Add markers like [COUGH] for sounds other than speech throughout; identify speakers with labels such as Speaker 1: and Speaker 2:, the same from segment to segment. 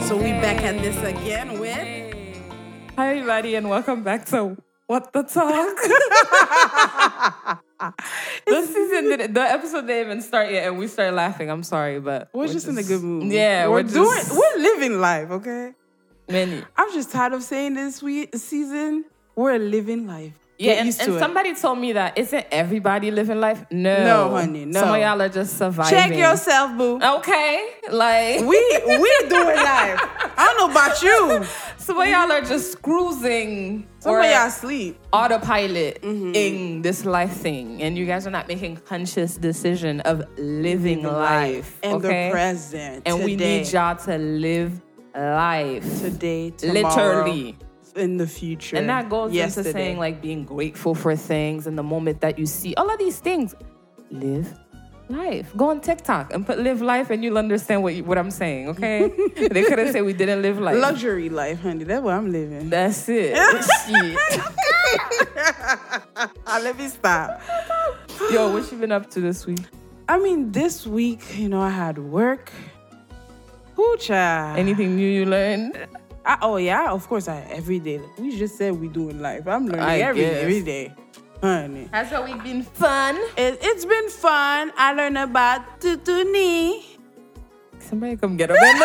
Speaker 1: So we back at this again with
Speaker 2: Hi, everybody, and welcome back to What the [LAUGHS] Talk. the season, did, the episode didn't even start yet, and we started laughing. I'm sorry, but
Speaker 3: We're, just, in a good mood.
Speaker 2: Yeah,
Speaker 3: we're,
Speaker 2: we're,
Speaker 3: doing.
Speaker 2: just-
Speaker 3: We're living life. Okay,
Speaker 2: many.
Speaker 3: I'm just tired of saying this we, season. We're living life.
Speaker 2: Yeah,
Speaker 3: Get
Speaker 2: and,
Speaker 3: used
Speaker 2: and
Speaker 3: to it.
Speaker 2: somebody told me that isn't everybody living life? No,
Speaker 3: No, honey, no.
Speaker 2: Some of y'all are just surviving.
Speaker 3: check yourself, boo.
Speaker 2: Okay, like
Speaker 3: we we doing life. I don't know
Speaker 2: [LAUGHS]
Speaker 3: about you.
Speaker 2: some of y'all are just cruising.
Speaker 3: Some
Speaker 2: or-
Speaker 3: of y'all sleep.
Speaker 2: autopilot
Speaker 3: Mm-hmm.
Speaker 2: in this life thing and you guys are not making conscious decision of living life
Speaker 3: and
Speaker 2: okay?
Speaker 3: the present.
Speaker 2: and we
Speaker 3: today.
Speaker 2: need y'all to live life
Speaker 3: today, tomorrow,
Speaker 2: literally
Speaker 3: in the future.
Speaker 2: and that goes
Speaker 3: yesterday.
Speaker 2: into saying like being grateful for things and the moment that you see all of these things live life go on tiktok and put live life and you'll understand what, you, what i'm saying
Speaker 3: [LAUGHS]
Speaker 2: okay they could have said we didn't live life
Speaker 3: luxury life, honey. That's what I'm living.
Speaker 2: that's
Speaker 3: [LAUGHS]
Speaker 2: it Shit.
Speaker 3: Ah, let me stop.
Speaker 2: yo what you been up to this week
Speaker 3: I mean, this week, you know, I had work. Whoo, child.
Speaker 2: anything new you learned
Speaker 3: I, oh yeah, of course. I every day. We just said we doing life. I'm learning
Speaker 2: I
Speaker 3: every
Speaker 2: guess.
Speaker 3: every day, honey.
Speaker 2: Has your week been fun?
Speaker 3: It, it's been fun. I learned about tutuni. [LAUGHS]
Speaker 2: Somebody come get her. [LAUGHS] man.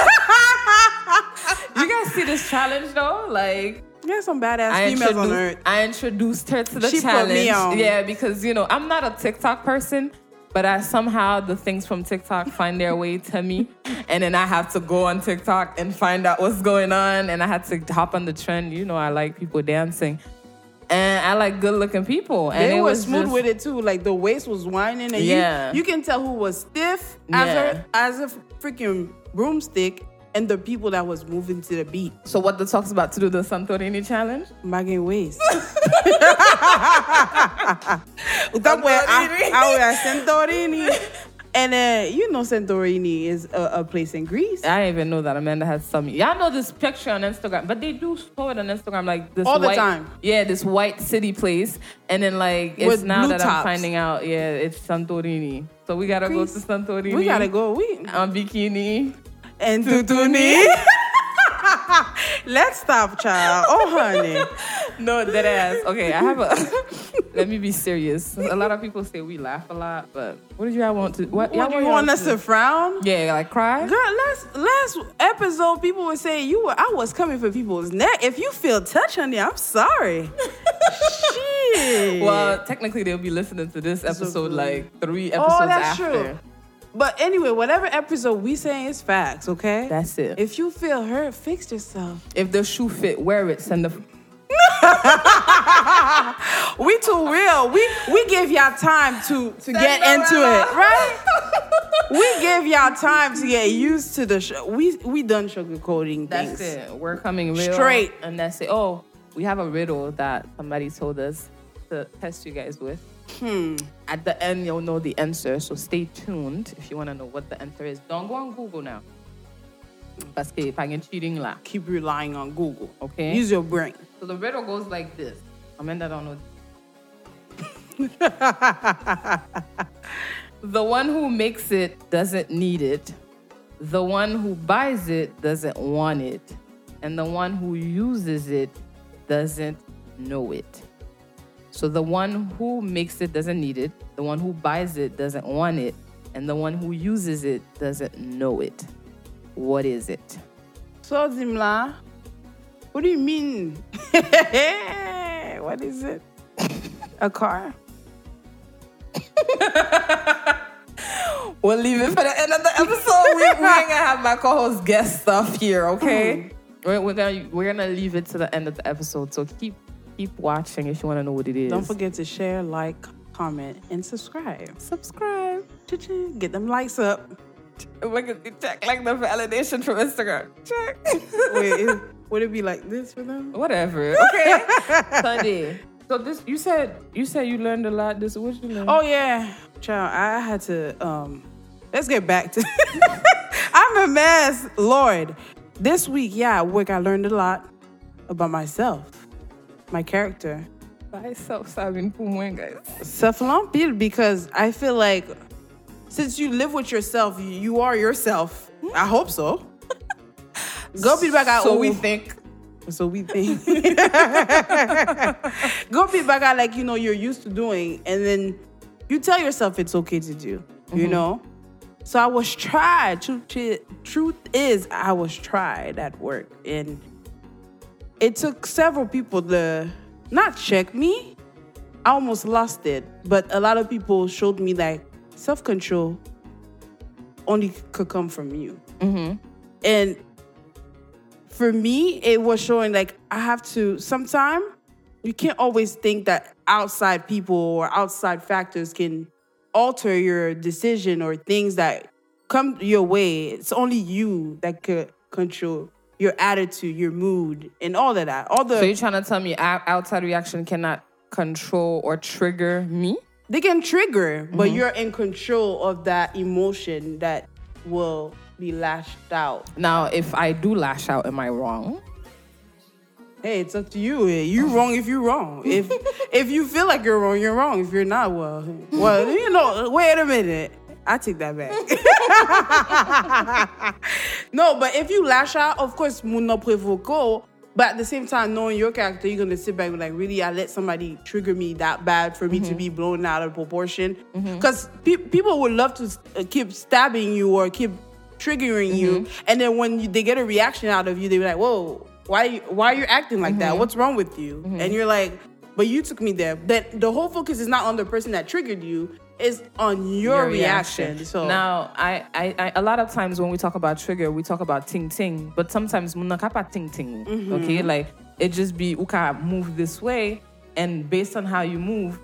Speaker 2: you guys see this challenge though? Like
Speaker 3: There's some badass
Speaker 2: I
Speaker 3: females on
Speaker 2: introduced,
Speaker 3: earth.
Speaker 2: I introduced her to the
Speaker 3: She put
Speaker 2: challenge.
Speaker 3: me on.
Speaker 2: Yeah, because you know I'm not a TikTok person, but I somehow the things from TikTok find their way to me, and then I have to go on TikTok and find out what's going on, and I had to hop on the trend. You know, I like people dancing, and I like good-looking people, and
Speaker 3: They
Speaker 2: it
Speaker 3: were
Speaker 2: was
Speaker 3: smooth
Speaker 2: just-
Speaker 3: with it too. Like the waist was winding, and
Speaker 2: Yeah.
Speaker 3: you you can tell who was stiff as
Speaker 2: Yeah.
Speaker 3: a as a freaking broomstick, and the people that was moving to the beat.
Speaker 2: So what the talk's about to do the Santorini challenge?
Speaker 3: Magging [LAUGHS] waist. That way, I,
Speaker 2: Santorini.
Speaker 3: I wear Santorini. And uh, you know Santorini is a, a place in Greece.
Speaker 2: I didn't even know that Amanda had some. Y'all know this picture on Instagram, but they do show it on Instagram like this
Speaker 3: All the
Speaker 2: white,
Speaker 3: time.
Speaker 2: Yeah, this white city place, and then like it's
Speaker 3: With
Speaker 2: now
Speaker 3: blue
Speaker 2: that I'm
Speaker 3: tops.
Speaker 2: finding out. Yeah, it's Santorini. So we gotta
Speaker 3: Greece.
Speaker 2: go to Santorini.
Speaker 3: We gotta go. We
Speaker 2: on bikini. [LAUGHS]
Speaker 3: and Tutuni. [LAUGHS] Let's stop, child. Oh, honey.
Speaker 2: No, dead ass. Okay, I have a. [LAUGHS] let me be serious. A lot of people say we laugh a lot, but what did y'all want to? What, y'all
Speaker 3: What, you want us to frown?
Speaker 2: Yeah, like cry.
Speaker 3: Girl, last last episode, people were saying you were. I was coming for people's neck. If you feel touched, honey, I'm sorry. Shit.
Speaker 2: Well, technically they'll be listening to this episode
Speaker 3: good.
Speaker 2: like three episodes
Speaker 3: oh, that's
Speaker 2: after.
Speaker 3: true. But anyway, whatever episode we saying is facts, okay?
Speaker 2: That's it.
Speaker 3: If you feel hurt, fix yourself.
Speaker 2: If the shoe fit, wear it. Send the
Speaker 3: We too real. We we give y'all time to to get
Speaker 2: no
Speaker 3: into
Speaker 2: one
Speaker 3: it, right? [LAUGHS] we give y'all time to get used to the. Sh- we we done sugarcoating
Speaker 2: That's
Speaker 3: things.
Speaker 2: it. We're coming real
Speaker 3: Straight.
Speaker 2: and that's it. Oh, we have a riddle that somebody told us to test you guys with. Hmm. At the end, you'll know the answer, so stay tuned if you want to know what the answer is. Don't go on Google now. Parce que pa gen cheating là.
Speaker 3: Keep relying on Google.
Speaker 2: Okay.
Speaker 3: Use your brain.
Speaker 2: So the riddle goes like this. Amanda don't know. [LAUGHS] the one who makes it doesn't need it. The one who buys it doesn't want it. And the one who uses it doesn't know it. So the one who makes it doesn't need it. The one who buys it doesn't want it. And the one who uses it doesn't know it. What is it?
Speaker 3: So Zimla, what do you mean? [LAUGHS] [LAUGHS] what is it? A car?
Speaker 2: We'll leave it for the end of the episode. we, we're gonna have my co-host guest stuff here, okay? Hmm. We're, we're gonna we're gonna leave it to the end of the episode. So keep keep watching if you want to know what it is.
Speaker 3: Don't forget to share, like, comment, and subscribe.
Speaker 2: subscribe.
Speaker 3: Cha-ching. Get them likes up.
Speaker 2: We're gonna check like the validation from Instagram. [LAUGHS] Check.
Speaker 3: Wait, is, would it be like this for them?
Speaker 2: [LAUGHS] Whatever. Okay. Sunday. So this you said you said you learned a lot. This what you learned?
Speaker 3: Oh yeah, child. I had to. Um, let's get back to. [LAUGHS] I'm a mess, Lord. This week, yeah, at work. I learned a lot about myself, my character.
Speaker 2: by self serving for one guys.
Speaker 3: Self pil because I feel like since you live with yourself, you, you are yourself. I hope so. Go feedback I
Speaker 2: So
Speaker 3: owe.
Speaker 2: we think
Speaker 3: so we think. [LAUGHS] Go feedback I like you know you're used to doing, and then you tell yourself it's okay to do. You know. So I was tried. Truth, chi- truth is, I was tried at work, and it took several people to not check me. I almost lost it, but a lot of people showed me like self control only could come from you. And for me, it was showing like I have to. Sometime you can't always think that outside people or outside factors can alter your decision or things that come your way. It's only you that could control your attitude, your mood, and all of that. All the
Speaker 2: So you're trying to tell me ou- outside reaction cannot control or trigger me?
Speaker 3: they can trigger, but you're in control of that emotion that will be lashed out.
Speaker 2: Now, if I do lash out, am I wrong?
Speaker 3: Hey, it's up to you. You wrong if you wrong. [LAUGHS] If if you feel like you're wrong, you're wrong. If you're not, well, well, you know. Wait a minute. I take that back. no, but if you lash out, of course, muno provoco. But at the same time, knowing your character, you're gonna sit back and be like, really, I let somebody trigger me that bad for me to be blown out of proportion. Because people would love to uh, keep stabbing you or keep triggering you, and then when you, they get a reaction out of you, they be like, whoa, why, you- why are you acting like that? What's wrong with you? And you're like, but you took me there. But the whole focus is not on the person that triggered you; it's on your, reaction. So
Speaker 2: now, I, I, I a lot of times when we talk about trigger, we talk about ting ting, but sometimes munakapa ting ting.
Speaker 3: Mm-hmm.
Speaker 2: Okay, like it just be uka move this way, and based on how you move,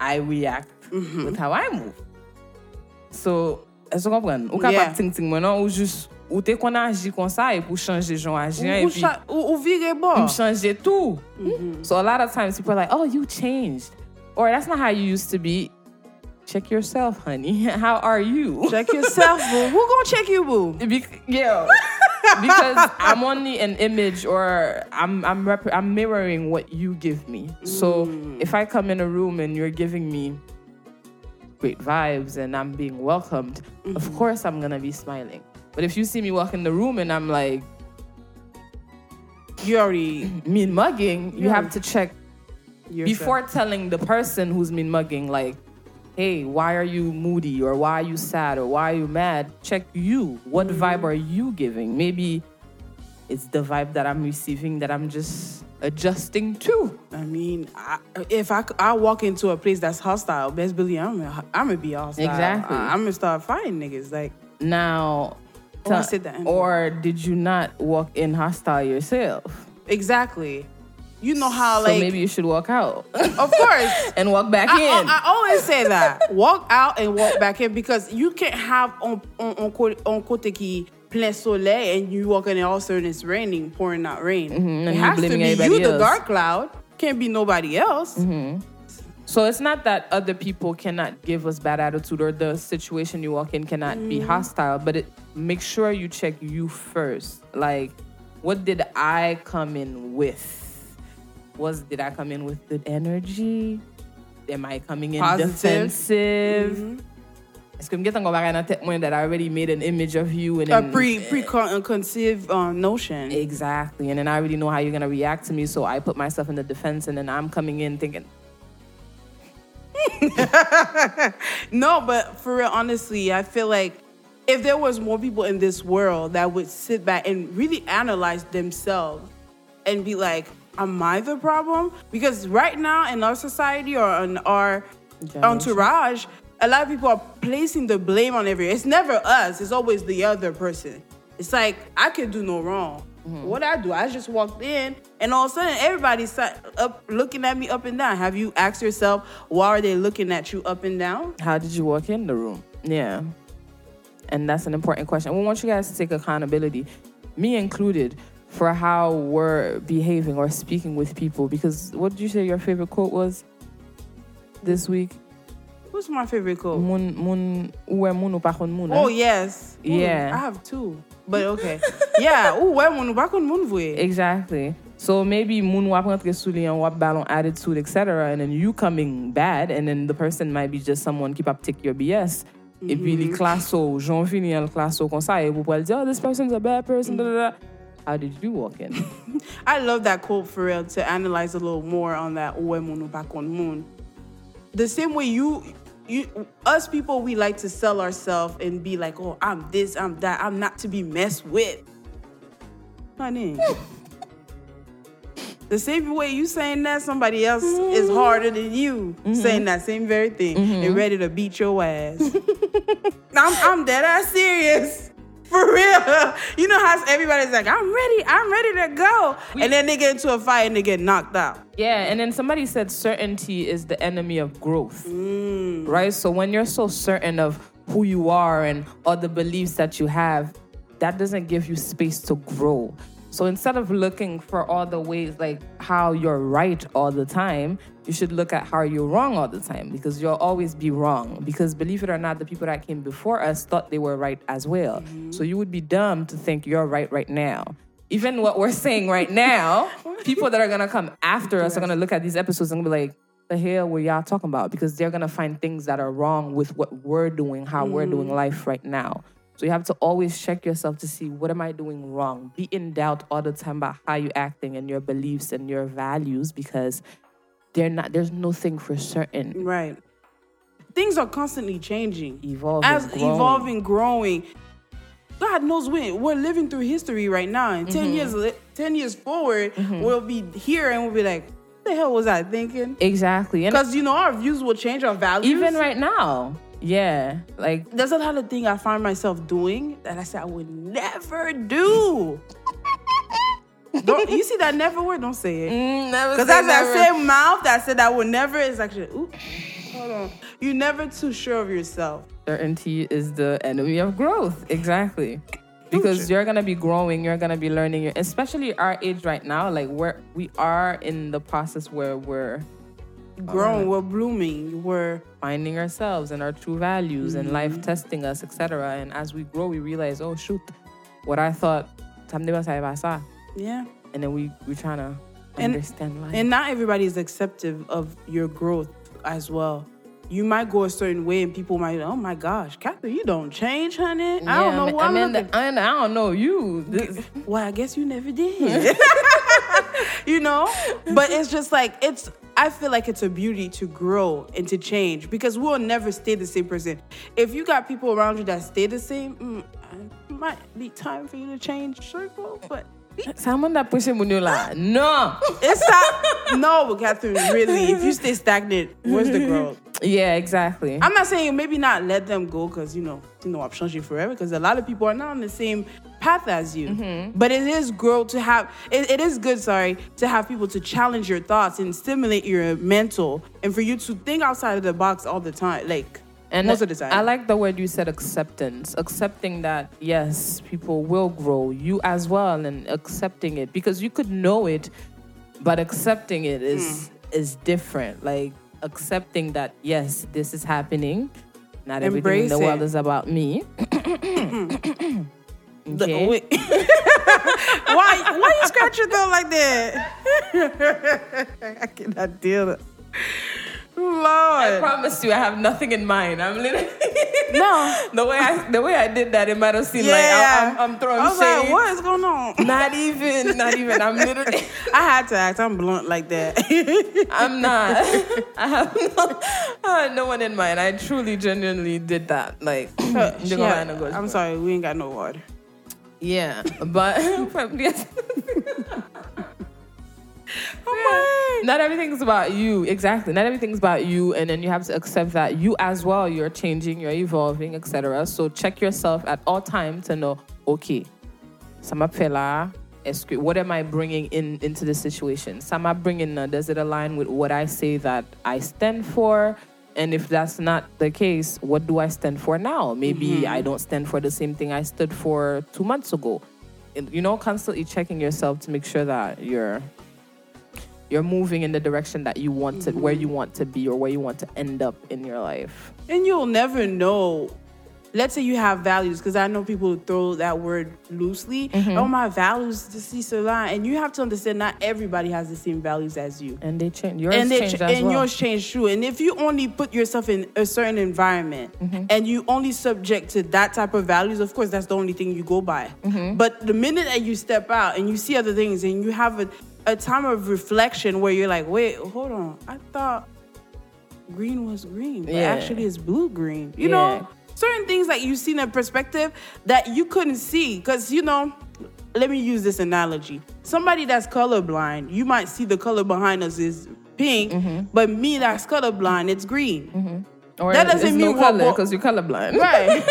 Speaker 2: I react
Speaker 3: Mm-hmm.
Speaker 2: with how I move. So, est-ce qu'on comprend? Ou
Speaker 3: Yeah.
Speaker 2: ting ting maintenant ou juste ou t'es qu'on agit comme ça et pour changer genre agir et
Speaker 3: ou,
Speaker 2: puis-
Speaker 3: cha- ou- ou virer bord.
Speaker 2: change tout.
Speaker 3: Mm-hmm.
Speaker 2: So a lot of times people are like, "Oh, you changed," or "That's not how you used to be." Check yourself, honey. [LAUGHS] How are you?
Speaker 3: Check yourself, boo. Who gonna check you, boo?
Speaker 2: [LAUGHS] Be- yeah, because I'm only an image, or I'm I'm rep- I'm mirroring what you give me. So
Speaker 3: Mm.
Speaker 2: if I come in a room and you're giving me great vibes and I'm being welcomed,
Speaker 3: Mm-hmm.
Speaker 2: of course I'm gonna be smiling. But if you see me walk in the room and I'm like
Speaker 3: You already
Speaker 2: mean mugging, you
Speaker 3: Yeah.
Speaker 2: have to check
Speaker 3: yourself.
Speaker 2: before telling the person who's mean mugging, like, hey, why are you moody or why are you sad or why are you mad? Check you. What
Speaker 3: Mm-hmm.
Speaker 2: vibe are you giving? Maybe it's the vibe that I'm receiving that I'm just adjusting to.
Speaker 3: I mean, I, if I, c- I walk into a place that's hostile, best believe I'm gonna, I'm gonna be hostile.
Speaker 2: Exactly.
Speaker 3: I, am gonna start fighting niggas. Like,
Speaker 2: Now,
Speaker 3: Oh, I
Speaker 2: t-
Speaker 3: said that in-
Speaker 2: or did you not walk in hostile yourself?
Speaker 3: exactly. You know how,
Speaker 2: so
Speaker 3: like,
Speaker 2: maybe you should walk out [LAUGHS]
Speaker 3: of course.
Speaker 2: and walk back
Speaker 3: I,
Speaker 2: in.
Speaker 3: I, I always say that. walk out and walk back in because you can't have on on on, co- on côté qui plein soleil and you walk in and all of a sudden it's raining, pouring out rain.
Speaker 2: Mm-hmm. and
Speaker 3: it
Speaker 2: you
Speaker 3: has to
Speaker 2: blaming
Speaker 3: be you,
Speaker 2: everybody
Speaker 3: the
Speaker 2: else.
Speaker 3: dark cloud. Can't be nobody else.
Speaker 2: So it's not that other people cannot give us bad attitude or the situation you walk in cannot be
Speaker 3: Mm.
Speaker 2: hostile, but it, make sure you check you first. Like, what did I come in with? Was did I come in with good energy? Am I coming in
Speaker 3: Positive. Mm-hmm.
Speaker 2: defensive? Est-ce que me get bagay nan tête mwen that I already made an image of you and
Speaker 3: A
Speaker 2: then-
Speaker 3: pre preconceived um, notion.
Speaker 2: Exactly. And then I already know how you're gonna react to me, so I put myself in the defense and then I'm coming in thinking,
Speaker 3: No, but for real, honestly, I feel like if there was more people in this world that would sit back and really analyze themselves and be like, "Am I the problem?" Because right now in our society or in our
Speaker 2: Generation.
Speaker 3: entourage, a lot of people are placing the blame on everyone. It's never us; it's always the other person. It's like I could do no wrong. What I do, I just walked in, and all of a sudden everybody's si- up looking at me up and down. Have you asked yourself why are they looking at you up and down?
Speaker 2: how did you walk in the room? Yeah. And that's an important question. We want you guys to take accountability, me included, for how we're behaving or speaking with people. Because what did you say your favorite quote was this week?
Speaker 3: Who's my favorite quote?
Speaker 2: Moon, moon, uwe moon ou pa kon moon,
Speaker 3: Oh
Speaker 2: eh?
Speaker 3: yes. Ooh,
Speaker 2: Yeah.
Speaker 3: I have two. But okay. yeah. Ooh, where moon back on moon voy.
Speaker 2: Exactly. So maybe moon wap rentre sou li an wap balon attitude, etc. And then you coming bad, and then the person might be just someone keep up take your BS. E pi li klaso, joun fini an klaso kon sa, e pou pou el di, oh, this person's a bad person, da da da. How did you walk in?
Speaker 3: I love that quote for real to analyze a little more on that Oemunu back on moon. The same way you you us people we like to sell ourselves and be like, oh, I'm this, I'm that, I'm not to be messed with. Honey. the same way you saying that, somebody else is harder than you saying that same very thing and ready to beat your ass. I'm, I'm dead ass serious. For real. You know how everybody's like, I'm ready, I'm ready to go. and then they get into a fight and they get knocked out.
Speaker 2: yeah, and then somebody said certainty is the enemy of growth. Right? So when you're so certain of who you are and all the beliefs that you have, that doesn't give you space to grow. So instead of looking for all the ways like how you're right all the time, you should look at how you're wrong all the time because you'll always be wrong. Because believe it or not, the people that came before us thought they were right as well. So you would be dumb to think you're right right now. Even what we're saying right now, people that are gonna come after us are gonna look at these episodes and be like, the hell were y'all talking about? Because they're gonna find things that are wrong with what we're doing, how we're doing life right now. So you have to always check yourself to see what am I doing wrong. Be in doubt all the time about how you're acting and your beliefs and your values because they're not. There's nothing for certain.
Speaker 3: Right. Things are constantly changing.
Speaker 2: Evolving,
Speaker 3: As
Speaker 2: growing.
Speaker 3: evolving, growing. God knows when. We're living through history right now. And 10
Speaker 2: Mm-hmm.
Speaker 3: years li- 10 years forward, we'll be here and we'll be like, what the hell was I thinking?
Speaker 2: Exactly. And
Speaker 3: Because you know our views will change, our values.
Speaker 2: even right now, yeah, like
Speaker 3: there's a lot of things I find myself doing that I said I would never do. don't, you see that never word? Don't say it.
Speaker 2: Mm, never.
Speaker 3: Because that's that same mouth that said I would never is actually, ooh, hold on. You're never too sure of yourself.
Speaker 2: certainty is the enemy of growth. Exactly. Because you're gonna be growing, you're gonna be learning, you're- especially our age right now. Like we're we are in the process where we're
Speaker 3: grown, we're blooming, we're
Speaker 2: finding ourselves and our true values
Speaker 3: Mm-hmm.
Speaker 2: and life testing us, etc. And as we grow, we realize, oh shoot, what I thought something was I saw.
Speaker 3: yeah.
Speaker 2: And then we we trying to
Speaker 3: And-
Speaker 2: understand life.
Speaker 3: And not everybody is acceptive of your growth as well. You might go a certain way, and people might, oh my gosh, Catherine, you don't change, honey. I don't
Speaker 2: Yeah,
Speaker 3: know
Speaker 2: man-
Speaker 3: why I'm
Speaker 2: I mean,
Speaker 3: looking.
Speaker 2: I, I don't know you.
Speaker 3: [LAUGHS]
Speaker 2: This,
Speaker 3: well, I guess you never did. [LAUGHS] you know? But it's just like it's I feel like it's a beauty to grow and to change because we'll never stay the same person. If you got people around you that stay the same, mm, it might be time for you to change circle, but
Speaker 2: someone that pushing me like,
Speaker 3: [LAUGHS]
Speaker 2: no.
Speaker 3: It's not. no, Catherine, really. If you stay stagnant, where's the growth?
Speaker 2: Yeah, exactly.
Speaker 3: I'm not saying maybe not let them go because, you know, you know, I've changed you forever because a lot of people are not on the same path as you.
Speaker 2: Mm-hmm.
Speaker 3: But it is growth to have, it, it is good, sorry, to have people to challenge your thoughts and stimulate your mental and for you to think outside of the box all the time. Like,
Speaker 2: And
Speaker 3: most of the time.
Speaker 2: I like the word you said acceptance. Accepting that, yes, people will grow, you as well, and accepting it because you could know it, but accepting it is
Speaker 3: Hmm.
Speaker 2: is different. Like accepting that, yes, this is happening. Not everything in the
Speaker 3: Embrace
Speaker 2: world
Speaker 3: it.
Speaker 2: is about me.
Speaker 3: the-
Speaker 2: okay.
Speaker 3: wait. [LAUGHS] why, why you scratch your throat like that? [LAUGHS] I cannot deal with
Speaker 2: I
Speaker 3: Lord.
Speaker 2: promise you, I have nothing in mind. I'm literally [LAUGHS]
Speaker 3: No.
Speaker 2: the way I the way I did that. It might have seemed like I- I'm, I'm throwing
Speaker 3: I was
Speaker 2: shade.
Speaker 3: like, what is going on?
Speaker 2: Not even, not even. I'm literally.
Speaker 3: I had to act. I'm blunt like that.
Speaker 2: I'm not. [LAUGHS] I have no, I had no one in mind. I truly, genuinely did that. Like, [CLEARS THROAT]
Speaker 3: She
Speaker 2: you're gonna
Speaker 3: had- um,
Speaker 2: have to go
Speaker 3: I'm
Speaker 2: for it.
Speaker 3: sorry. We ain't got no water.
Speaker 2: Yeah, but [LAUGHS] from- yes,
Speaker 3: Oh
Speaker 2: not everything's about you. Exactly, not everything's about you, and then you have to accept that you as well. You're changing, you're evolving, etc. So check yourself at all times to know, okay, sama pela. est-ce que- What am I bringing in into the situation? Sama bringing uh, does it align with what I say that I stand for? And if that's not the case, what do I stand for now? Maybe I don't stand for the same thing I stood for two months ago. And, you know, constantly checking yourself to make sure that you're you're moving in the direction that you want to, where you want to be, or where you want to end up in your life.
Speaker 3: And you'll never know let's say you have values, because I know people throw that word loosely. Oh, my values to see Solan. And you have to understand not everybody has the same values as you.
Speaker 2: And they change. Yours
Speaker 3: And, they,
Speaker 2: change
Speaker 3: ch-
Speaker 2: as
Speaker 3: and
Speaker 2: well.
Speaker 3: yours change true. And if you only put yourself in a certain environment
Speaker 2: Mm-hmm.
Speaker 3: and you only subject to that type of values, of course, that's the only thing you go by.
Speaker 2: Mm-hmm.
Speaker 3: But the minute that you step out and you see other things and you have a, a time of reflection where you're like, wait, hold on, I thought green was green, but
Speaker 2: Yeah.
Speaker 3: actually it's blue green. You
Speaker 2: Yeah.
Speaker 3: know, certain things that you see in a perspective that you couldn't see. Because, you know, let me use this analogy. Somebody that's colorblind, you might see the color behind us is pink,
Speaker 2: Mm-hmm.
Speaker 3: but me that's colorblind, it's green.
Speaker 2: or
Speaker 3: that
Speaker 2: it's-
Speaker 3: doesn't
Speaker 2: it's
Speaker 3: mean
Speaker 2: no
Speaker 3: what-
Speaker 2: color
Speaker 3: what-
Speaker 2: because you're colorblind. [LAUGHS]
Speaker 3: Right.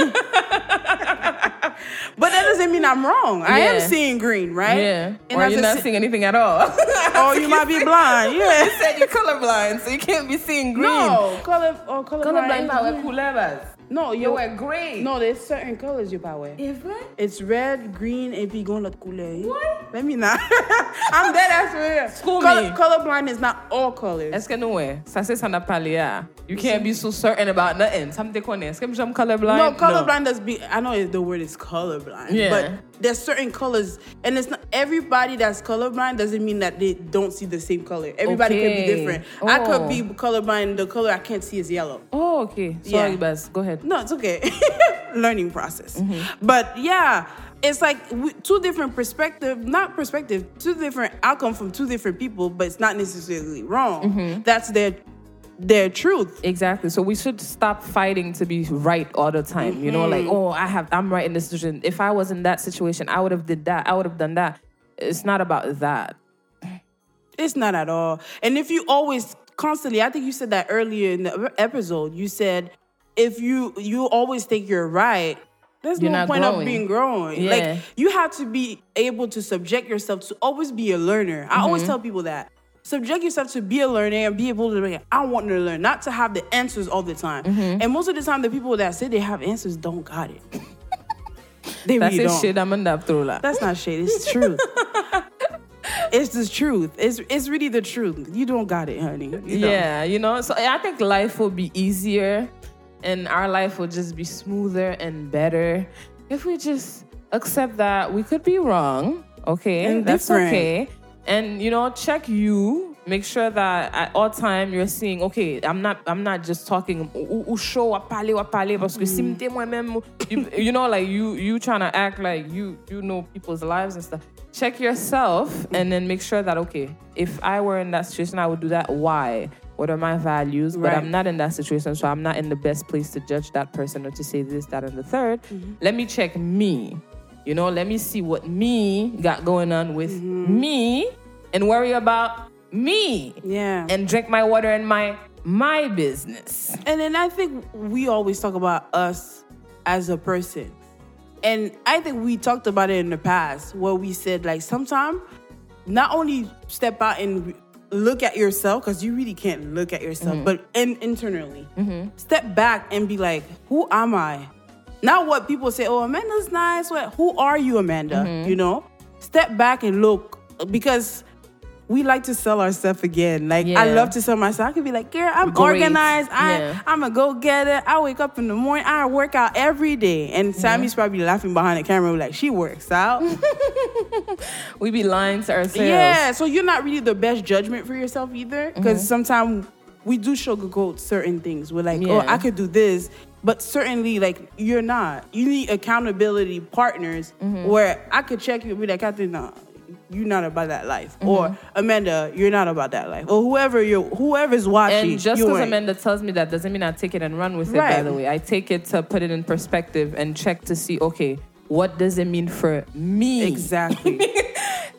Speaker 3: [LAUGHS] but that doesn't mean I'm wrong. I
Speaker 2: Yeah.
Speaker 3: am seeing green, right?
Speaker 2: Yeah.
Speaker 3: And
Speaker 2: or
Speaker 3: as
Speaker 2: you're
Speaker 3: a
Speaker 2: not
Speaker 3: si-
Speaker 2: seeing anything at all. [LAUGHS]
Speaker 3: [LAUGHS] Oh, you might be blind. Yeah.
Speaker 2: you said you're colorblind, so you can't be seeing green.
Speaker 3: No, color or colorblind.
Speaker 2: Colorblind
Speaker 3: is
Speaker 2: pa wè
Speaker 3: green.
Speaker 2: koulebas. Yo
Speaker 3: No, you
Speaker 2: wè grey.
Speaker 3: No, there's certain colors you buy. wear.
Speaker 2: E vre?
Speaker 3: It's red, green, and puis going l'autre couleur.
Speaker 2: What?
Speaker 3: Let me not. [LAUGHS] I'm dead ass for real.
Speaker 2: School me.
Speaker 3: Colorblind is not all colors.
Speaker 2: Eske nou wè? Sa se san ap pale ya. ah. You can't be so certain about nothing. Sa m te konen. Eske m jom colorblind?
Speaker 3: no, colorblind does be. I know the word is colorblind,
Speaker 2: Yeah.
Speaker 3: but there's certain colors, and it's not everybody that's colorblind doesn't mean that they don't see the same color. Everybody could
Speaker 2: Okay.
Speaker 3: be different. I
Speaker 2: Oh.
Speaker 3: could be colorblind. The color I can't see is yellow.
Speaker 2: Oh, okay. Sorry,
Speaker 3: Yeah.
Speaker 2: bas. Go ahead.
Speaker 3: No, it's okay. [LAUGHS] Learning process. But yeah, it's like w- two different perspective, not perspective, two different outcome from two different people, but it's not necessarily wrong. That's their their truth.
Speaker 2: Exactly. So we should stop fighting to be right all the time. You know, like,
Speaker 3: Mm-hmm.
Speaker 2: oh, I have, I'm right in this situation. If I was in that situation, I would have did that. I would have done that. It's not about that.
Speaker 3: It's not at all. And if you always constantly, I think you said that earlier in the episode, you said if you you always think you're right, there's
Speaker 2: You're
Speaker 3: no
Speaker 2: not
Speaker 3: point
Speaker 2: growing.
Speaker 3: of being growing.
Speaker 2: Yeah.
Speaker 3: Like you have to be able to subject yourself to always be a learner. I
Speaker 2: Mm-hmm.
Speaker 3: always tell people that. Subject yourself to be a learner and be able to learn. I want to learn, not to have the answers all the time.
Speaker 2: Mm-hmm.
Speaker 3: And most of the time, the people that say they have answers don't got it. [LAUGHS] they
Speaker 2: That's
Speaker 3: really
Speaker 2: the
Speaker 3: don't.
Speaker 2: shit I'm in that through. Like.
Speaker 3: That's not shade. It's truth. it's the truth. It's it's really the truth. You don't got it, honey. You don't.
Speaker 2: Yeah, you know. So I think life will be easier, and our life will just be smoother and better if we just accept that we could be wrong. Okay,
Speaker 3: And
Speaker 2: that's
Speaker 3: different.
Speaker 2: okay. And you know, check you. Make sure that at all time you're seeing. Okay, I'm not. I'm not just talking. Ou ou show wapale wapale parce que si m'te moi-même, you- You know, like you you trying to act like you you know people's lives and stuff. Check yourself and then make sure that okay, if I were in that situation, I would do that. Why? What are my values? But I'm
Speaker 3: Right.
Speaker 2: not in that situation, so I'm not in the best place to judge that person or to say this, that, and the 3rd Let me check me. You know, let me see what me got going on with me and worry about me
Speaker 3: Yeah. And,
Speaker 2: and drink my water and my my business.
Speaker 3: and then I think we always talk about us as a person. And I think we talked about it in the past where we said like sometimes not only step out and look at yourself because you really can't look at yourself, but in, internally step back and be like, who am I? Not what people say. Oh, Amanda's nice. What? Who are you, Amanda? You know, step back and look because. We like to sell ourselves again. Like I
Speaker 2: Yeah.
Speaker 3: love to sell myself. I could be like, "Girl, I'm
Speaker 2: Great.
Speaker 3: organized. I
Speaker 2: Yeah.
Speaker 3: I'm a go getter. I wake up in the morning. I work out every day." And Sammy's probably laughing behind the camera, like, "She
Speaker 2: [LAUGHS]
Speaker 3: works out."
Speaker 2: We be lying to ourselves.
Speaker 3: Yeah, so you're not really the best judgment for yourself either, because
Speaker 2: Mm-hmm.
Speaker 3: sometimes we do sugarcoat certain things. We're like,
Speaker 2: Yeah.
Speaker 3: oh, I could do this, but certainly, like, you're not. You need accountability partners
Speaker 2: Mm-hmm.
Speaker 3: where I could check you and be like, Catherine, nah, you're not about that life,
Speaker 2: Mm-hmm.
Speaker 3: or Amanda, you're not about that life, or whoever you're, whoever's watching.
Speaker 2: And just
Speaker 3: you
Speaker 2: because
Speaker 3: ain't.
Speaker 2: Amanda tells me that doesn't mean I take it and run with it, by
Speaker 3: Right.
Speaker 2: the way. I take it to put it in perspective and check to see, okay, what does it mean for me?
Speaker 3: exactly.
Speaker 2: [LAUGHS]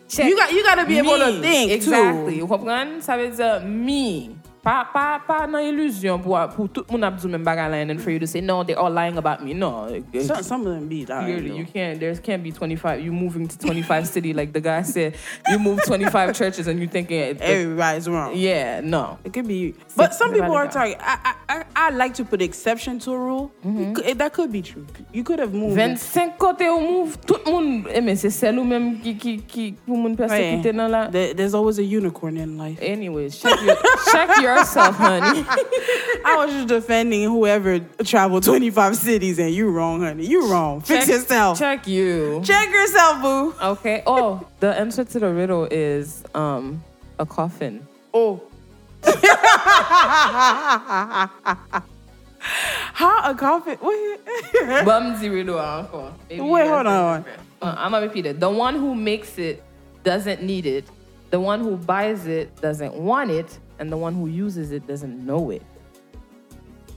Speaker 2: Check
Speaker 3: You got- you gotta be able to
Speaker 2: me.
Speaker 3: think, too.
Speaker 2: Exactly. You comprend? Ça veut dire me. Pa, pa, pa nan illusion pou, pou tout moun ap djou men bagay la and then for you to say, no, they're all lying about me. No. eh,
Speaker 3: some, some of them be that.
Speaker 2: Clearly, you can't. There can't be 25. You moving to 25 city, like the guy said. You move
Speaker 3: [LAUGHS]
Speaker 2: 25 churches, and you thinking, it- it-
Speaker 3: Everybody's wrong.
Speaker 2: yeah, no.
Speaker 3: It could be, but some people are
Speaker 2: everybody
Speaker 3: talking. I, I, I, I like to put exception to a rule. It could- eh, that could be true. You could have moved.
Speaker 2: 25 kote ou move, tout moun, e men se sel ou menm ki, ki, ki pou moun persekite nan la.
Speaker 3: There- there's always a unicorn in life.
Speaker 2: Anyway, check your, check your yourself, honey.
Speaker 3: I was just defending whoever traveled 25 cities, and you wrong, honey. You wrong. [LAUGHS] Fix yourself. Check,
Speaker 2: Check you.
Speaker 3: yourself, boo.
Speaker 2: Okay. Oh, the answer to the riddle is um a
Speaker 3: [LAUGHS]
Speaker 2: coffin.
Speaker 3: Oh. How a coffin? [LAUGHS] Wait,
Speaker 2: Bumsy riddle encore. Maybe you
Speaker 3: wait
Speaker 2: guys
Speaker 3: hold
Speaker 2: can-
Speaker 3: on.
Speaker 2: Uh, I'm gonna repeat it. The one who makes it doesn't need it. The one who buys it doesn't want it, and the one who uses it doesn't know it.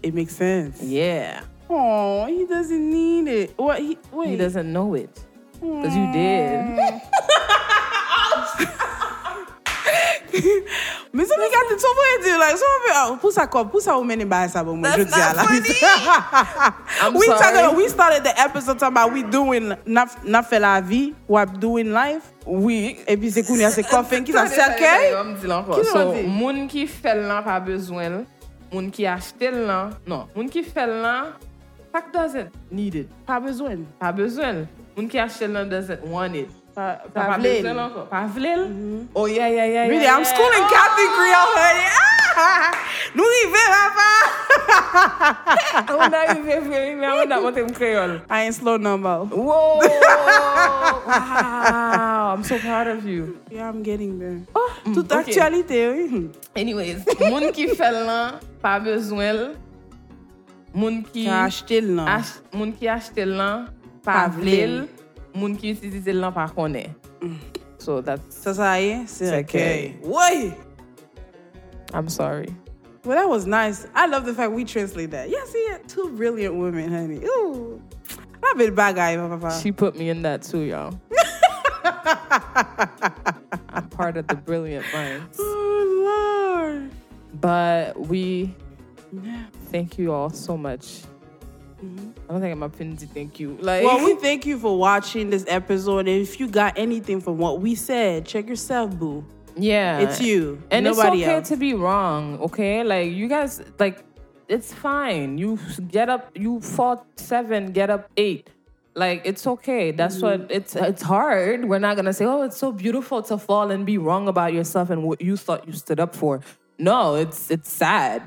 Speaker 3: It makes sense.
Speaker 2: Yeah,
Speaker 3: Oh, he doesn't need it. What? He, wait. [LAUGHS]
Speaker 2: he doesn't know it because you
Speaker 3: Hmm.
Speaker 2: did.
Speaker 3: Mais ça, regarde, tu vas dire, like, ça, on peut, pour ça, quoi, pour ça, on mène bas ça, bon, moi, je
Speaker 1: That's
Speaker 3: dis à
Speaker 1: not
Speaker 3: la. [LAUGHS]
Speaker 2: I'm
Speaker 3: we
Speaker 2: sorry.
Speaker 3: talking, we started the episode talking about we doing, not, not fait la vie, what doing life. Oui. Et puis, c'est qu'on y a ces coffins qui sont cercueils.
Speaker 2: Yo, m di lan kon.
Speaker 3: Ki
Speaker 2: So,
Speaker 3: lan di?
Speaker 2: moun ki fel lan pa bezwen l, moun ki achete l lan, non, moun ki fel lan, pak doesn't need it.
Speaker 3: Pas besoin.
Speaker 2: Pa bezwen l. Moun ki achete l lan doesn't want it.
Speaker 3: Pas,
Speaker 2: Pa
Speaker 3: pas
Speaker 2: vle
Speaker 3: besoin.
Speaker 2: l. Pa vle l? Oh, yeah, yeah, yeah, yeah.
Speaker 3: Really, I'm
Speaker 2: yeah.
Speaker 3: schooling Captain Creole, honey. Ah! [LAUGHS] Nous, y va,
Speaker 2: Oh, on arrive, frère, mais on a monté m kreol.
Speaker 3: papa. I ain't slow no more.
Speaker 2: Wow! Wow! I'm so proud of you.
Speaker 3: Yeah, I'm getting there. Oh, toute
Speaker 2: ok.
Speaker 3: actualité, oui.
Speaker 2: Anyways, moun ki fel lan, pa bezwen l. Moun ki...
Speaker 3: T'as acheté le nom.
Speaker 2: Ach, moun ki achete lan
Speaker 3: Pa
Speaker 2: pa
Speaker 3: vle.
Speaker 2: vlel, Mm. moun ki utilize lan pa konen. So that's,
Speaker 3: Ça, ça y est, c'est
Speaker 2: Cercueil.
Speaker 3: ok. Oui.
Speaker 2: I'm sorry.
Speaker 3: Well, that was nice. I love the fact we translate that. Yeah, see, yeah, two brilliant women, honey. Ooh. I've been bad guy, papa.
Speaker 2: She put me in that too, y'all. I'm part of the brilliant minds.
Speaker 3: Oh,
Speaker 2: But we
Speaker 3: Lord.
Speaker 2: thank you all so much. I don't think I'm up to thank you. Like,
Speaker 3: Mm-hmm. Well, we thank you for watching this episode. And if you got anything from what we said, check yourself, boo.
Speaker 2: yeah,
Speaker 3: It's you.
Speaker 2: Uh, and
Speaker 3: nobody
Speaker 2: it's okay
Speaker 3: else.
Speaker 2: to be wrong. Okay, like you guys, like it's fine. You s- get up, you fought seven, get up eight. Like it's okay. That's what
Speaker 3: Mm.
Speaker 2: it's. It's hard. We're not gonna say, oh, it's so beautiful to fall and be wrong about yourself and what you thought you stood up for. No, it's it's sad.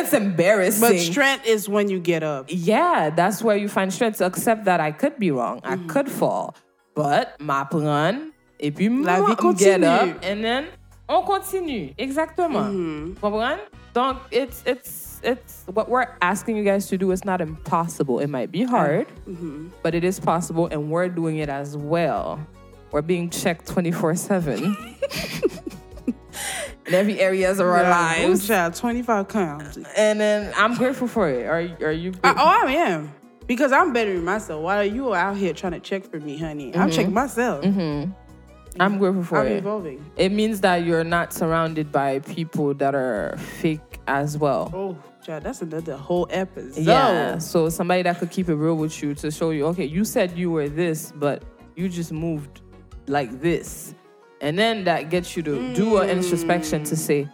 Speaker 2: [LAUGHS] it's embarrassing.
Speaker 3: but strength is when you get up.
Speaker 2: yeah, that's where you find strength to accept that I could be wrong. I could fall. But m'apprendre et puis
Speaker 3: La
Speaker 2: m-
Speaker 3: vie
Speaker 2: get
Speaker 3: continue.
Speaker 2: up and then on continue. Exactement. Comprendre? Donc, it's, it's, it's what we're asking you guys to do is not impossible. It might be hard, but it is possible and we're doing it as well. We're being checked 24 [LAUGHS] 7 in every areas of our
Speaker 3: Yeah, boo,
Speaker 2: lives.
Speaker 3: child, 25 counts.
Speaker 2: And then I'm grateful for it. Are, are you?
Speaker 3: I, oh, I am. Because I'm bettering myself. While you out here trying to check for me, honey,
Speaker 2: Mm-hmm.
Speaker 3: I'm checking myself.
Speaker 2: I'm grateful for
Speaker 3: I'm
Speaker 2: it.
Speaker 3: evolving.
Speaker 2: It means that you're not surrounded by people that are fake as well.
Speaker 3: Oh, child, that's another whole episode.
Speaker 2: Yeah. So somebody that could keep it real with you to show you, okay, you said you were this, but you just moved like this. And then that gets you to do an introspection to say,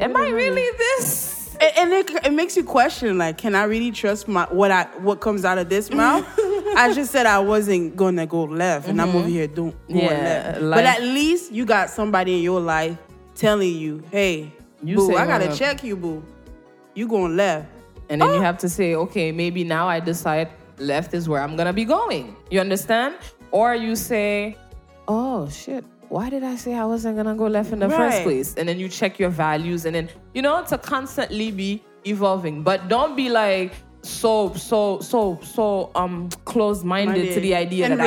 Speaker 2: Am I really this?
Speaker 3: And, and it, it makes you question, like, can I really trust my what I what comes out
Speaker 2: [LAUGHS]
Speaker 3: of this mouth? I just said I wasn't gonna go left, and I'm over here doing
Speaker 2: Mm-hmm.
Speaker 3: going
Speaker 2: Yeah,
Speaker 3: left.
Speaker 2: like-
Speaker 3: but at least you got somebody in your life telling you, "Hey,
Speaker 2: You
Speaker 3: boo,
Speaker 2: say
Speaker 3: I gotta
Speaker 2: going up.
Speaker 3: check you, boo. You going left?
Speaker 2: And then
Speaker 3: Ah.
Speaker 2: you have to say, okay, maybe now I decide left is where I'm gonna be going. You understand? Or you say, oh shit, why did I say I wasn't gonna go left in the first
Speaker 3: Right.
Speaker 2: place? And then you check your values and then, you know, to constantly be evolving. But don't be like, so so so so um close minded to
Speaker 3: Minded.
Speaker 2: the idea
Speaker 3: And
Speaker 2: that I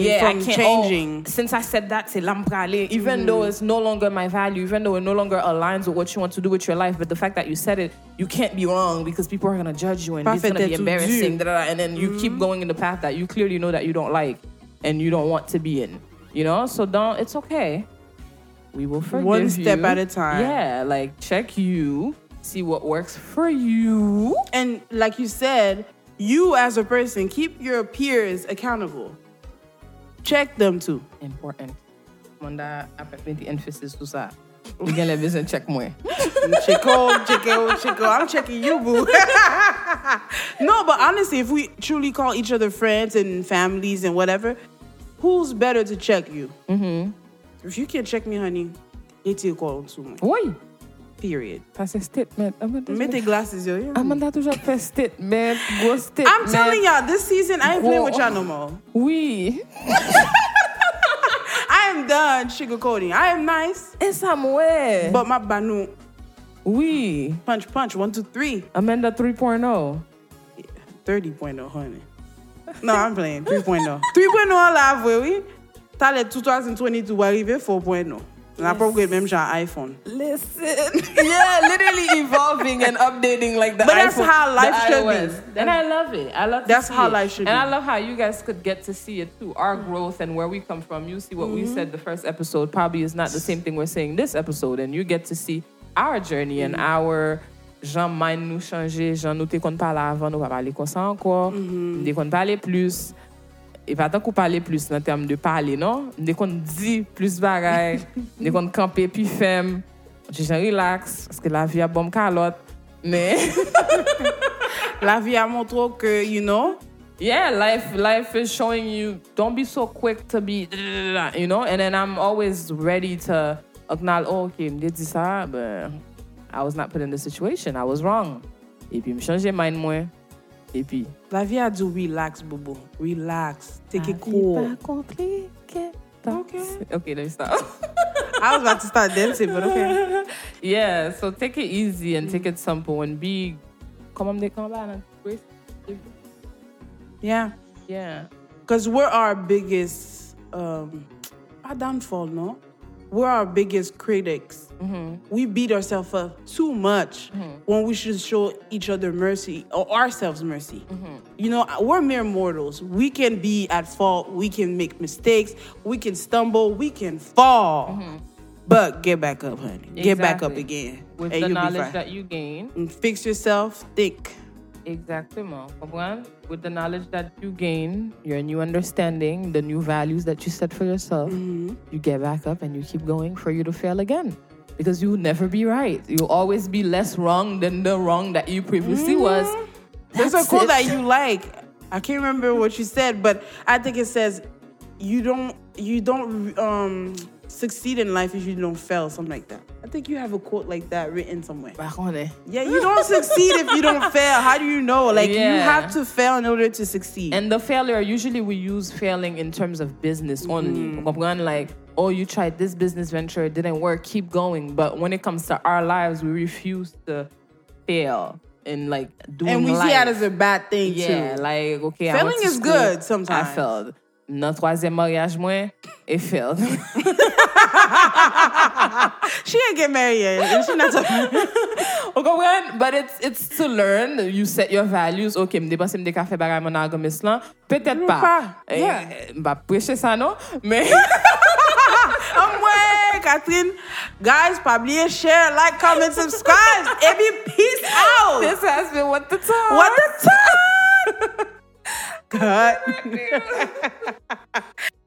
Speaker 2: can't yeah I
Speaker 3: from
Speaker 2: can't oh,
Speaker 3: changing.
Speaker 2: since I said that c'est l'amprale even
Speaker 3: Mm.
Speaker 2: though it's no longer my value even though it no longer aligns with what you want to do with your life but the fact that you said it you can't be wrong because people are gonna judge you and it's
Speaker 3: Parfait
Speaker 2: gonna be
Speaker 3: d'être
Speaker 2: embarrassing
Speaker 3: dû.
Speaker 2: da, da, da, and then you
Speaker 3: Mm-hmm.
Speaker 2: keep going in the path that you clearly know that you don't like and you don't want to be in you know so don't it's okay we will forgive
Speaker 3: One step
Speaker 2: you.
Speaker 3: at a time.
Speaker 2: yeah like check you see what works for you
Speaker 3: And like you said, you as a person keep your peers accountable. Check them too.
Speaker 2: important. Manda apet meti emphasis sou sa. Ou gen le bezon check mwen.
Speaker 3: Chico, Chico, Chico. I'm checking you, boo. [LAUGHS] no, but honestly, if we truly call each other friends and families and whatever, who's better to check you? Mm-hmm. Um, If you can't check me, honey, it's your call too much.
Speaker 2: Woy!
Speaker 3: Period.
Speaker 2: Fa se statement. Amanda
Speaker 3: Mete
Speaker 2: toujou-
Speaker 3: glasses yo. yo.
Speaker 2: Amanda toujou fe statement. Go statement.
Speaker 3: I'm telling y'all, this season I ain't playing
Speaker 2: Whoa.
Speaker 3: with y'all no more.
Speaker 2: Oui.
Speaker 3: I am done sugarcoating. I am nice,
Speaker 2: E sa mwe.
Speaker 3: but my banu
Speaker 2: Oui.
Speaker 3: punch punch one two three.
Speaker 2: Amanda oh. 3.0.
Speaker 3: 30.0, oh, honey. [LAUGHS] No, I'm playing. oh. [LAUGHS] 3.0. 3.0 live, where we? Tale 2022, we arrive 4.0. And I probably oh. même genre iPhone.
Speaker 2: Listen. [LAUGHS] yeah, literally evolving and updating like the
Speaker 3: But that's
Speaker 2: iPhone-
Speaker 3: how
Speaker 2: the
Speaker 3: life should
Speaker 2: iOS. And I love it. I love to
Speaker 3: That's
Speaker 2: see
Speaker 3: how
Speaker 2: it.
Speaker 3: life should
Speaker 2: And
Speaker 3: be.
Speaker 2: I love how you guys could get to see it too. Our growth and where we come from. You see what we
Speaker 3: Mm-hmm.
Speaker 2: said the first episode probably is not the same thing we're saying this episode. And you get to see our journey and
Speaker 3: Mm-hmm.
Speaker 2: our Jean mind nous changer, Jean nous te kon pale avant, nous pa pale kon sa encore,
Speaker 3: Mm-hmm.
Speaker 2: nous te kon pale plus. E pa tan kou pale plus nan term de pale, non? Mde kon di plus
Speaker 3: [LAUGHS]
Speaker 2: bagay, mde kon kampe pi fem, jè jen relax, paske la vi a bom kalot. [LAUGHS] Men,
Speaker 3: La vie a montré que, you know,
Speaker 2: yeah, life, life is showing you, don't be so quick to be, you know? And then I'm always ready to acknowledge, oh, ok, mde di sa, ben, I was not put in the situation, I was wrong. E pi m chanje mind mwen, e pi...
Speaker 3: la vie a dit relax, bobo. Relax. Take it
Speaker 2: La
Speaker 3: cool.
Speaker 2: vie pa komplike.
Speaker 3: Okay.
Speaker 2: Ok, let me stop.
Speaker 3: I was about to start dancing, [LAUGHS] but okay.
Speaker 2: [LAUGHS] Yeah, so take it easy and take it simple and be come on they come back and grace.
Speaker 3: [LAUGHS] Yeah.
Speaker 2: Yeah.
Speaker 3: Because we're our biggest, um, pas downfall, no? We're our biggest critics.
Speaker 2: Mm-hmm.
Speaker 3: We beat ourselves up too much when we should show each other mercy or ourselves mercy.
Speaker 2: Mm-hmm.
Speaker 3: You know, we're mere mortals. We can be at fault. We can make mistakes. We can stumble. We can fall. But get back up, honey. Get back up
Speaker 2: Mm-hmm. Exactly.
Speaker 3: again.
Speaker 2: With
Speaker 3: and
Speaker 2: the
Speaker 3: you'll be
Speaker 2: knowledge
Speaker 3: fine.
Speaker 2: that you gain.
Speaker 3: and fix yourself. Think.
Speaker 2: Exactement. Comprends? With the knowledge that you gain, your new understanding, the new values that you set for yourself,
Speaker 3: Mm-hmm.
Speaker 2: you get back up and you keep going for you to fail again. Because you'll never be right. You'll always be less wrong than the wrong that you previously was.
Speaker 3: Mm-hmm. There's a
Speaker 2: That's
Speaker 3: quote
Speaker 2: it.
Speaker 3: that you like. I can't remember what you said, but I think it says you don't you don't um succeed in life if you don't fail, something like that. I think you have a quote like that written somewhere.
Speaker 2: Back on it.
Speaker 3: Yeah, you don't succeed if you
Speaker 2: [LAUGHS]
Speaker 3: don't fail. How do you know? Like you
Speaker 2: Yeah.
Speaker 3: have to fail in order to succeed.
Speaker 2: And the failure, usually we use failing in terms of business only.
Speaker 3: Mm-hmm.
Speaker 2: Comprend? Like, oh, you tried this business venture, it didn't work, keep going. But when it comes to our lives, we refuse to fail and like doing
Speaker 3: And we see
Speaker 2: life.
Speaker 3: that as a bad thing
Speaker 2: Yeah,
Speaker 3: too.
Speaker 2: like, okay, I
Speaker 3: Failing
Speaker 2: went to
Speaker 3: is
Speaker 2: school,
Speaker 3: good
Speaker 2: I
Speaker 3: sometimes.
Speaker 2: failed. Nan troisième mariage mwen, it failed. [LAUGHS]
Speaker 3: She didn't get married yet. and She not talking.
Speaker 2: Okonwen? But it's it's to learn. You set your values. Ok, m depanse m de ka fe bagay monogamous lan. Petet pa.
Speaker 3: pa.
Speaker 2: Eh,
Speaker 3: Mm-hmm. Yeah.
Speaker 2: M ba preche sa non.
Speaker 3: [LAUGHS]
Speaker 2: Men...
Speaker 3: I'm way, Catherine. Guys, probably share, like, comment, subscribe. Every peace out.
Speaker 2: This has been What the Talk.
Speaker 3: What the time? Cut.